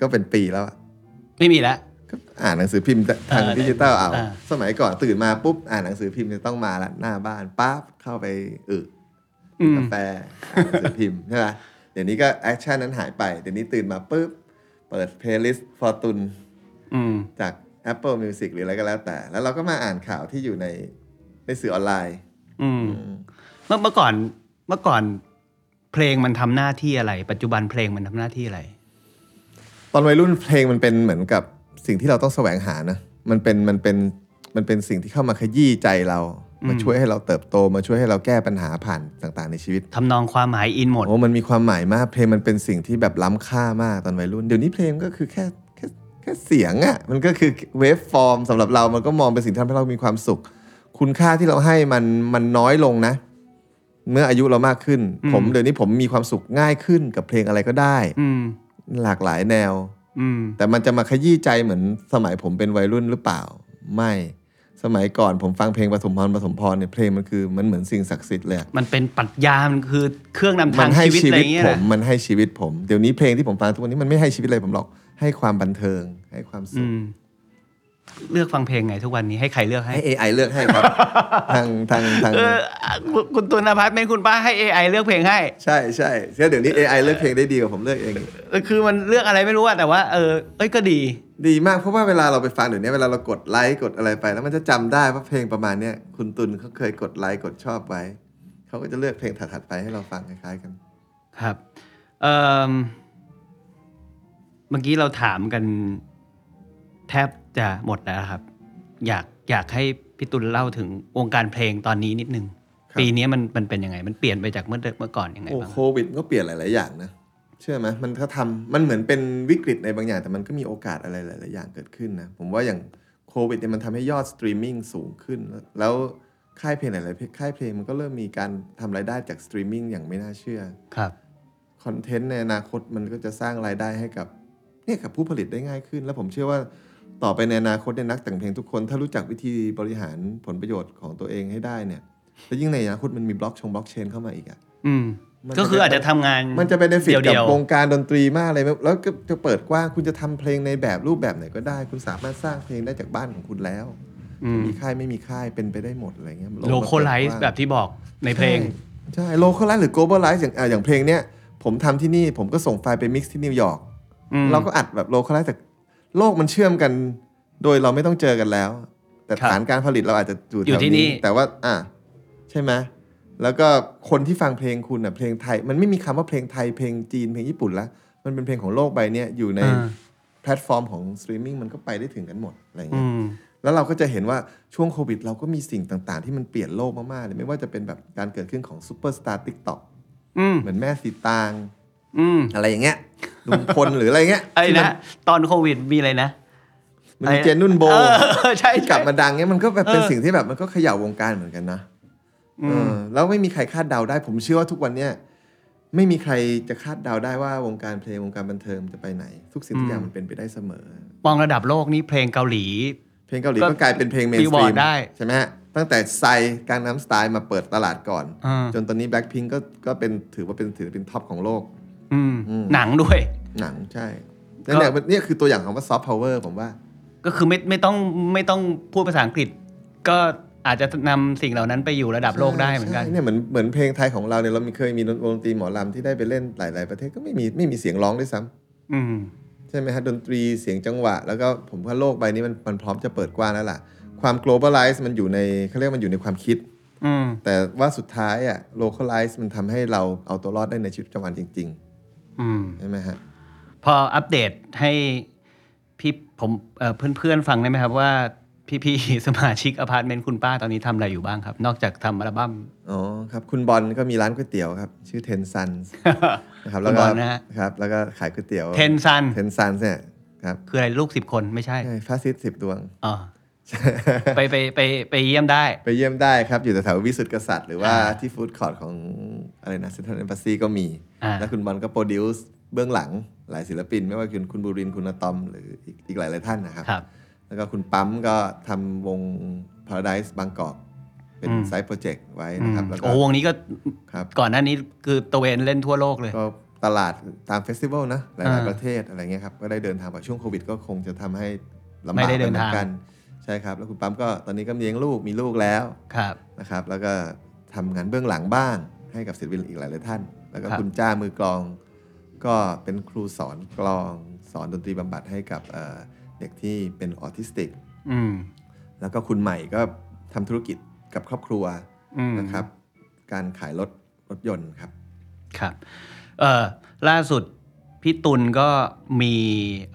ก็เป็นปีแล้วอะ ไม่มีแล้ว ก็อ่านหนังสือพิมพ์ทาง เออ ดิจิตอลเอา อ่า สมัยก่อนตื่นมาปุ๊บอ่านหนังสือพิมพ์จะต้องมาละหน้าบ้านปั๊บเข้าไปอึ อืม กาแฟอ่านหนังสือพิมพ์ใช่ไหมเดี๋ยวนี้ก็แอคชั่นนั้นหายไปเดี๋ยวนี้ตื่นมาปุ๊บเ เปิด playlist fortune อืม จาก Apple Music หรืออะไรก็แล้วแต่ แล้วเราก็มาอ่านข่าวที่อยู่ในในสื่อออนไลน์ อืมเมื่อเมื่อก่อนเมื่อก่อนเพลงมันทำหน้าที่อะไร ปัจจุบันเพลงมันทำหน้าที่อะไร ตอนวัยรุ่นเพลงมันเป็นเหมือนกับสิ่งที่เราต้องแสวงหานะ มันเป็นมันเป็นมันเป็นสิ่งที่เข้ามาขยี้ใจเรา มาช่วยให้เราเติบโต มาช่วยให้เราแก้ปัญหาผ่านต่างๆ ในชีวิต ทำนองความหมายอินหมด โอ้มันมีความหมายมาก เพลงมันเป็นสิ่งที่แบบล้ำค่ามากตอนวัยรุ่น เดี๋ยวนี้เพลงก็คือแค่แค่แค่เสียงอะ่ะ มันก็คือเวฟฟอร์มสำหรับเรา มันก็มองเป็นสิ่งที่ทำให้เรามีความสุข คุณค่าที่เราให้มันมันน้อยลงนะ เมื่ออายุเรามากขึ้น ผมเดี๋ยวนี้ผมมีความสุขง่ายขึ้นกับเพลงอะไรก็ได้ อืม หลากหลายแนว อืม แต่มันจะมาขยี้ใจเหมือนสมัยผมเป็นวัยรุ่นหรือเปล่า ไม่ สมัยก่อนผมฟังเพลงปฐมพรปฐมพรเนี่ยเพลงมันคือมันเหมือนสิ่งศักดิ์สิทธิ์เลยอะ มันเป็นปรัชญา มันคือเครื่องนำ มั ทาง นให้ชีชีวิตอะไร วิตอย่างเงี้ย ผ แหละ มมันให้ชีวิตผมเดี๋ยวนี้เพลงที่ผมฟังทุกวันนี้มันไม่ให้ชีวิตอะไรผมหรอกให้ความบันเทิงให้ความสุ อื ข ม เลือกฟังเพลงไงทุกวันนี้ให้ใครเลือกให้ ให้ AI เลือกให้ <laughs> ครับ ทางทางทาง เอออ่ะคุณคุณตุลนภัทรเป็นคุณป้าให้ AI เลือกเพลงให้ ใช่ใช่เดี๋ยวนี้ AI เลือกเพลงได้ดีกว่าผมเลือกเอง เออคือมันเลือกอะไรไม่รู้อะแต่ว่าเออเอ้ยก็ดี ดีมากเพราะว่าเวลาเราไปฟังเดี๋ยวนี้เวลาเรากดไลค์กดอะไรไป แล้วมันจะจำได้ว่าเพลงประมาณเนี้ยคุณตุลเขาเคยกดไลค์กดชอบไว้เขาก็จะเลือกเพลงถัดๆไปให้เราฟังคล้ายๆกัน ครับเอิ่มเมื่อกี้เราถามกันแทบจะหมดแล้วครับ อยากอยากให้พี่ตุลเล่าถึงวงการเพลงตอนนี้นิดนึง ครับ ปีนี้มันมันเป็นยังไง มันเปลี่ยนไปจากเมื่อเดิมเมื่อก่อนยังไง โอ้ บ้าง โควิดก็เปลี่ยนหลาย ๆ อย่างนะ เชื่อไหมมันก็ทำมันเหมือนเป็นวิกฤตในบางอย่าง แต่มันก็มีโอกาสอะไรหลาย ๆ อย่างเกิดขึ้นนะ ผมว่าอย่างโควิดเนี่ยมันทำให้ยอดสตรีมมิ่งสูงขึ้น แล้วค่ายเพลงหลายๆค่ายเพลงมันก็เริ่มมีการทำรายได้จากสตรีมมิ่งอย่างไม่น่าเชื่อ ครับ คอนเทนต์ในอนาคตมันก็จะสร้างรายได้ให้กับเนี่ยกับผู้ผลิตได้ง่ายขึ้น แล้วผมเชื่อว่าต่อไปในอนาคตเนี่ยนักแต่งเพลงทุกคน ถ้ารู้จักวิธีบริหารผลประโยชน์ของตัวเองให้ได้เนี่ยแล้วยิ่งในอนาคตมันมีบล็อกชงบล็อกเชนเข้ามาอีกอะ อืม มัน ก็คืออาจจะทำงาน มันจะเป็นเดฟิต เดี กับ ยวๆ วงการดนตรีมากเลยแล้วแล้วก็จะเปิดกว้างคุณจะทำเพลงในแบบรูปแบบไหนก็ได้ คุณสามารถสร้างเพลงได้จากบ้านของคุณแล้ว อืม จะมีค่ายไม่มีค่ายเป็นไปได้หมดอะไรเงี้ย โลโคไลซ์แบบที่บอกในเพลง ใช่โล c a ไลซ์หรือ global ไลซ์อย่างอ่ะอย่างเพลงเนี้ยผมทำที่นี่ผมก็ส่งไฟล์ไปมิกซ์ที่นิวยอร์ก อืม เราก็อัดแบบโล c a ไลซ์แต่โลกมันเชื่อมกัน โดยเราไม่ต้องเจอกันแล้ว แต่ ครับ ฐานการผลิตเราอาจจะอยู่ อยู่ แถว ที่นี่ นี้แต่ว่าอ่ะใช่ไหมแล้วก็คนที่ฟังเพลงคุณอ่ะเพลงไทย มันไม่มีคำว่าเพลงไทยเพลงจีนเพลงญี่ปุ่นละมันเป็นเพลงของโลกใบเนี้ยอยู่ใน อ่า แพลตฟอร์มของสตรีมมิ่งมันก็ไปได้ถึงกันหมดอะไร อื เงี้ย ม แล้วเราก็จะเห็นว่าช่วงโควิด เราก็มีสิ่งต่างๆ ที่มันเปลี่ยนโลกมากๆเลยไม่ว่าจะเป็นแบบการเกิดขึ้นของซูเปอร์สตาร์ติ๊กต็อก อืม เหมือนแม่สีตาง อืม อะไรอย่างเงี้ยลุงพลหรืออะไรเงี้ย ไอ้ ที่มั นะตอนโควิดมีอะไรนะ มันมีเจนนุ่นโบ เออ <laughs> ใช่ ที่กลับมาดังเนี้ยมันก็แบบเป็น เออ สิ่งที่แบบมันก็เขย่าวงการเหมือนกันนะเออแล้วไม่มีใครคาดเดาได้ผมเชื่อว่าทุกวันเนี้ยไม่มีใครจะคาดเดาได้ว่าวงการเพลงวงการบันเทิงจะไปไหน ทุกสิ่งทุกอย่างมันเป็นไปได้เสมอ มองระดับโลกนี่เพลงเกาหลี เพลงเกาหลี ก็ ก็กลายเป็นเพลงเมนสตรี Billboard ม ได้ ใช่ไหมฮะตั้งแต่ไซการน้ำสไตล์มาเปิดตลาดก่อน อ่า จนตอนนี้ Blackpink ก็ก็เป็นถือว่าเป็นถือเป็นท็อปของโลก อืม อืม หนังด้วย หนังใช่นั่นแหละเนี่ยคือตัวอย่างของว่าซอฟต์พาวเวอร์ผมว่า ก็คือไม่ไม่ต้องไม่ต้องพูดภาษาอังกฤษ ก็อาจจะนำสิ่งเหล่านั้นไปอยู่ระดับโลกได้เหมือนกัน ใช่เนี่ยเหมือนเหมือนเพลงไทยของเราเนี่ยเรามีเคยมีดนตรีหมอลำที่ได้ไปเล่นหลาย ๆ ประเทศก็ไม่มีไม่มีเสียงร้องด้วยซ้ำ อืม ใช่ไหมฮะดนตรีเสียงจังหวะ แล้วก็ผมว่าโลกใบนี้มันมันพร้อมจะเปิดกว้างแล้วล่ะ ความ globalize มันอยู่ในเขาเรียกมันอยู่ในความคิด อืม แต่ว่าสุดท้ายอะ localize มันทำให้เราเอาตัวรอดได้ในชีวิตประจำวันจริง อืม ๆ ใช่ไหมฮะ พออัปเดตให้พี่ผมเอ่อเพื่อนๆฟังได้ไหมครับว่า พี่ๆ สมาชิกอพาร์ตเมนต์คุณป้าตอนนี้ทำอะไรอยู่บ้างครับ นอกจากทำอัลบั้ม <laughs> อ๋อครับคุณบอลก็มีร้านก๋วยเตี๋ยวครับ ชื่อเทนซันนะครับแล้ว คุณ ก็ บอลนะฮะ ครับแล้วก็ขายก๋วยเตี๋ยว เทนซัน เทนซันเนี่ยครับ คืออะไรลูกสิบคนไม่ใช่ ใช่ฟาสซิสสิบดวง อ๋อไปไปไปไปเยี่ยมได้ ไปเยี่ยมได้ครับ อยู่แถวๆวิสุทธิกษัตริย์หรือว่า อ่า ที่ฟู้ดคอร์ทของอะไรนะเซ็นทรัลเอมบ s ซีก็มี อ่า แล้วคุณบอลก็โปรดิวส์เบื้องหลังหลายศิลปิน ไม่ว่าคุณคุณบูรินทร์คุณอะตอม หรืออีกอีกหลายหลายๆท่านนะครับ ครับ แล้วก็คุณปั๊มก็ทำวง Paradise บางกอกเป็น อืม ไซต์โปรเจกต์ไว้นะครับแล้วก็ โอ้วงนี้ก็ ครับ ก่อนหน้านี้คือตะเวนเล่นทั่วโลกเลย ก็ตลาดตามเฟสติวัลนะ หลาย อ่า ๆประเทศอะไรเงี้ยครับก็ได้เดินทางไปช่วงโควิด ก็คงจะทำให้ลำ ไม่ บาก ได้เดิ เห น มือ ทาง นกันใช่ครับแล้วคุณปั๊มก็ตอนนี้ก็เลี้ยงลูกมีลูกแล้ว ครับ นะครับแล้วก็ทำงานเบื้องหลังบ้างให้กับศิลปินอีกหลายหลายๆท่าน แล้วก็ ครับ คุณจ้ามือกลอง ก็เป็นครูสอนกลองส สอนดนตรีบำบัดให้กับเอ่อเด็กที่เป็นออทิสติก อืม แล้วก็คุณใหม่ก็ทำธุรกิจกับครอบครัว อืม นะครับ การขายรถรถยนต์ครับ ครับเอ่อล่าสุดพี่ตุลก็มี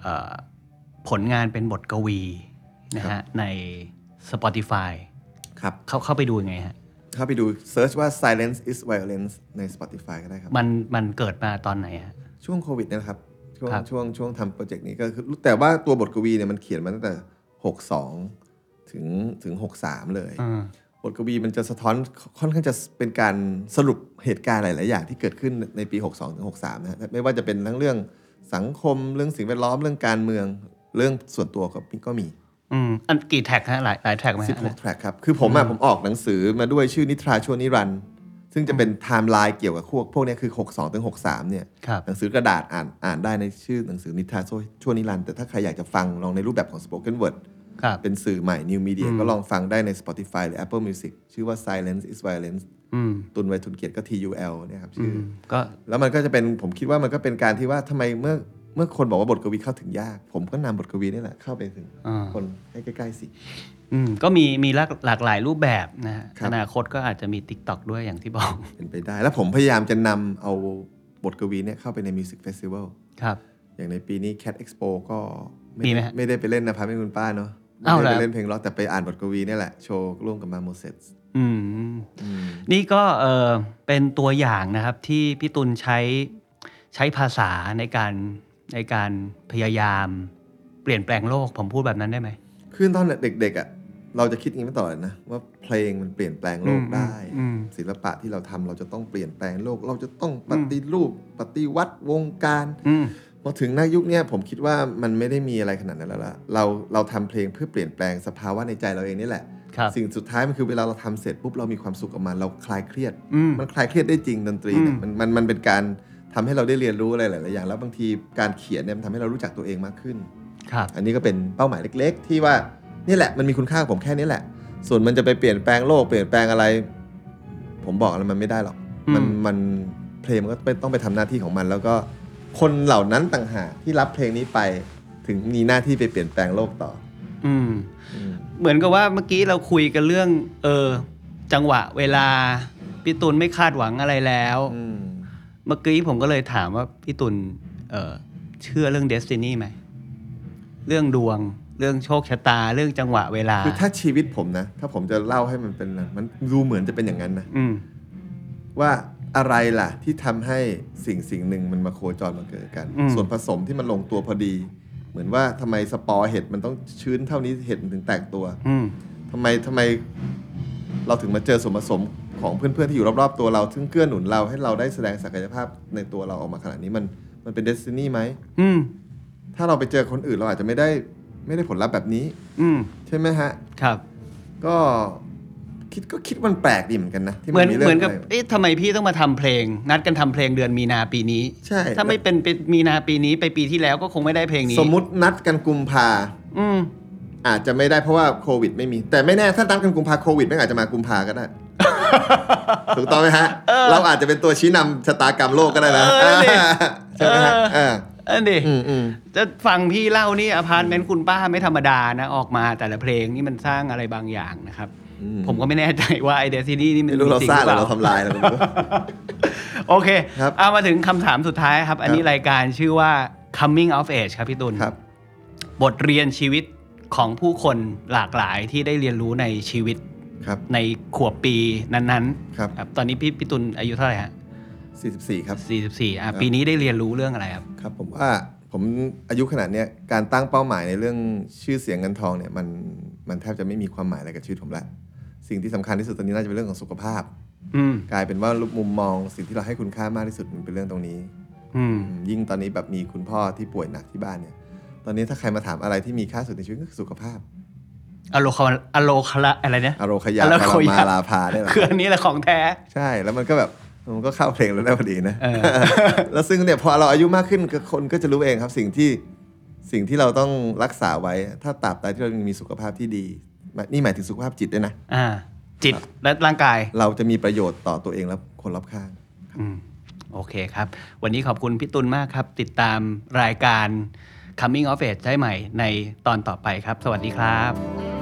เอ่อผลงานเป็นบทกวีนะ ครั ฮะ บ ใน Spotify ครับ เข้าเข้าไปดูยังไงฮะ ถ้าไปดูเซิร์ชว่า silence is violence ใน Spotify ก็ได้ครับ มันมันเกิดมาตอนไหนฮะ ช่วงโควิดเนยนะครับ ช่วง ครับ ช่วงช่วงทำโปรเจกต์นี้ก็คือแต่ว่าตัวบทกวีเนี่ยมันเขียนมาตั้งแต่ 62 ถึงถึง 63 เลย อืม บทกวีมันจะสะท้อนค่อนข้างจะเป็นการสรุปเหตุการณ์หลาย ๆ อย่างที่เกิดขึ้นในปี 62ถึง63 นะฮะไม่ว่าจะเป็นทั้งเรื่องสังคมเรื่องสิ่งแวดล้อมเรื่องการเมืองเรื่องส่วนตัวก็มีก็มี อืมอันกี่แท็กฮะหลายหลายแท็กไหมฮะ 16 แทร็กครับ คือผมอ่ะผมออกหนังสือมาด้วยชื่อนิทราชวนนิรันดร์ซึ่งจะเป็นไทม์ไลน์เกี่ยวกับพวกพวกเนี้ยคือ 62 ถึง 63 เนี่ย ครับ หนังสือกระดาษอ่านอ่านได้ในชื่อหนังสือนิทราชวนนิรันดร์แต่ถ้าใครอยากจะฟังลองในรูปแบบของ spoken word ครับ เป็นสื่อใหม่ new media ก็ลองฟังได้ใน Spotify หรือ Apple Music ชื่อว่า silence is violence อืม ตุนไวทุนเกียรติก็ TUL เนี่ยครับ อื ชื่อ ม อ ก็ แล้วมันก็จะเป็นผมคิดว่ามันก็เป็นการที่ว่าทำไมเมื่อเมื่อคนบอกว่าบทกวีเข้าถึงยาก ผมก็นำบทกวีนี่แหละเข้าไปถึง อ่า คนให้ใกล้ๆสิ อืมก็มีมีหลากหลากหลายรูปแบบนะฮะ ครับ อนาคตก็อาจจะมี t ิ k t o k ด้วยอย่างที่บอก เป็นไปได้ แล้วผมพยายามจะนำเอาบทกวีเนี่ยเข้าไปในมิวสิกเฟสติวัล ครับ อย่างในปีนี้ Cat Expo ก็ มี ไม่ ไหม ได้ ฮะ ไม่ได้ไปเล่นนะพาไม่คุณป้าเนาะไม่ อ้าวเหร ได้ อ ไปเล่นเพลงร็อกแต่ไปอ่านบทกวีเนี่ยแหละ โชว์ร่วมกับมาโมเสส อืม นี่ก็เออเป็นตัวอย่างนะครับที่พี่ตุลใช้ใช้ภาษาในการในการพยายาม เปลี่ยนแปลงโลกผมพูดแบบนั้นได้ไหม คือตอนเด็กๆอ่ะเราจะคิดอย่างนี้มาตลอดเลยนะว่าเพลงมันเปลี่ยนแปลงโลกได้ อืมอืม ศิลปะที่เราทำเราจะต้องเปลี่ยนแปลงโลก เราจะต้องปฏิรูปปฏิวัติวงการ อืม มาถึงหน้ายุคเนี้ยผมคิดว่ามันไม่ได้มีอะไรขนาดนั้นแล้วล่ะเราเราทำเพลงเพื่อเปลี่ยนแปลงสภาวะในใจเราเองนี่แหละ ครับ สิ่งสุดท้ายมันคือเวลาเราทำเสร็จปุ๊บเรามีความสุขกับมันเราคลายเครียด อืม มันคลายเครียดได้จริงดนตรีเนี่ย อืม มันมันมันเป็นการทำให้เราได้เรียนรู้อะไรหลายๆอย่าง แล้วบางทีการเขียนเนี่ยมันทำให้เรารู้จักตัวเองมากขึ้น ครับ อันนี้ก็เป็นเป้าหมายเล็ก ๆ ที่ว่านี่แหละมันมีคุณค่ากับผมแค่นี้แหละ ส่วนมันจะไปเปลี่ยนแปลงโลกเปลี่ยนแปลงอะไร ผมบอกแล้วมันไม่ได้หรอก มัน อืม มันเพลงมันก็ไปต้องไปทำหน้าที่ของมัน แล้วก็คนเหล่านั้นต่างหากที่รับเพลงนี้ไปถึงมีหน้าที่ไปเปลี่ยนแปลงโลกต่อ อืม อืม เหมือนกับว่าเมื่อกี้เราคุยกันเรื่อง เออ จังหวะเวลา พี่ตุลไม่คาดหวังอะไรแล้ว อืม เมื่อกี้ผมก็เลยถามว่าพี่ตุลเอ่อเชื่อเรื่องเดสตินีไหม เรื่องดวง เรื่องโชคชะตา เรื่องจังหวะเวลา คือถ้าชีวิตผมนะ ถ้าผมจะเล่าให้มันเป็นนะมันดูเหมือนจะเป็นอย่างนั้นนะ อืม ว่าอะไรล่ะที่ทำให้สิ่งสิ่งหนึ่งมันมาโคจรมาเกิดกัน อืม ส่วนผสมที่มันลงตัวพอดี เหมือนว่าทำไมสปอร์เห็ดมันต้องชื้นเท่านี้เห็ดมันถึงแตกตัว อืม ทำไมทำไมเราถึงมาเจอส่วนผสมของเพื่อนๆที่อยู่รอบๆตัวเรา ซึ่งเกื้อหนุนเราให้เราได้แสดงศักยภาพในตัวเราออกมาขนาดนี้มันมันเป็นเดสตินีไหม อืม ถ้าเราไปเจอคนอื่นเราอาจจะไม่ได้ไม่ได้ผลลัพธ์แบบนี้ อืม ใช่ไหมฮะ ครับ ก็คิดก็คิดมันแปลกดีเหมือนกันนะที่ เหมือน มี เห เรื่ มือน ง กับ อะไร เอ๊ะทำไมพี่ต้องมาทำเพลง นัดกันทำเพลงเดือนมีนาปีนี้ ใช่ ถ้าไม่เป็นเป็นมีนาปีนี้ไปปีที่แล้วก็คงไม่ได้เพลงนี้ สมมตินัดกันกุมภา อืม อาจจะไม่ได้เพราะว่าโควิดไม่มี แต่ไม่แน่ถ้านัดกันกุมภาโควิดไม่งอาจจะมากุมภาก็ <laughs> ได้ ถูกต้องไหมฮะ เราอาจจะเป็นตัวชี้นำชะตากรรมโลกก็ได้นะ เออดิ <laughs> ใช่ไหมฮะเออ อันดิ อืมอืม จะฟังพี่เล่านี่อพาร์ตเมนต์คุณป้าไม่ธรรมดานะ ออกมาแต่ละเพลงนี่มันสร้างอะไรบางอย่างนะครับ อื ผมก็ไม่แน่ใจว่าไอเดซีนี่นี่มัน ไม่รู้เรา จ สร้าง ห หรืรือ อเรา เปล่า ทำลายเราไม่รู้ <laughs> <laughs> โอเค ครับ เอามาถึงคำถามสุดท้ายครับ อันนี้ ครับ รายการชื่อว่า coming of age ครับพี่ตุล ครับ บทเรียนชีวิตของผู้คนหลากหลายที่ได้เรียนรู้ในชีวิต ครับ ในขวบปีนั้น ครับ ๆครับตอนนี้พี่พี่ตุลอายุเท่าไหร่ฮะ 44 ครับ 44อ่ะปีนี้ได้เรียนรู้เรื่องอะไรครับ ครับผมว่าผมอายุขนาดเนี้ยการตั้งเป้าหมายในเรื่องชื่อเสียงเงินทองเนี่ยมันมันแทบจะไม่มีความหมายอะไรกับชีวิตผมละสิ่งที่สำคัญที่สุดตอนนี้น่าจะเป็นเรื่องของสุขภาพ อืม กลายเป็นว่ามุมมองสิ่งที่เราให้คุณค่ามากที่สุดมันเป็นเรื่องตรงนี้ อืม อืมยิ่งตอนนี้แบบมีคุณพ่อที่ป่วยหนักที่บ้านเนี่ย ตอนนี้ถ้าใครมาถามอะไรที่มีค่าสุดในชีวิตก็คือสุขภาพ อโลคาอโลคาละอะไรเนี่ย อโรคยา อโรคยา มาลาพาเนี่ยแหละ คืออันนี้แหละของแท้ ใช่แล้วมันก็แบบมันก็เข้าเพลงแล้วได้พอดีนะ เออ <laughs> แล้วซึ่งเนี่ยพอเราอายุมากขึ้นก็คนก็จะรู้เองครับสิ่งที่สิ่งที่เราต้องรักษาไว้ ถ้าตราบใดที่เรายังมีสุขภาพที่ดี นี่หมายถึงสุขภาพจิตด้วยนะ อ่า จิตและร่างกาย เราจะมีประโยชน์ต่อตัวเองและคนรอบข้าง อืมโอเคครับ วันนี้ขอบคุณพี่ตุลมากครับ ติดตามรายการ Coming of Age ได้ใหม่ในตอนต่อไปครับ สวัสดีครับ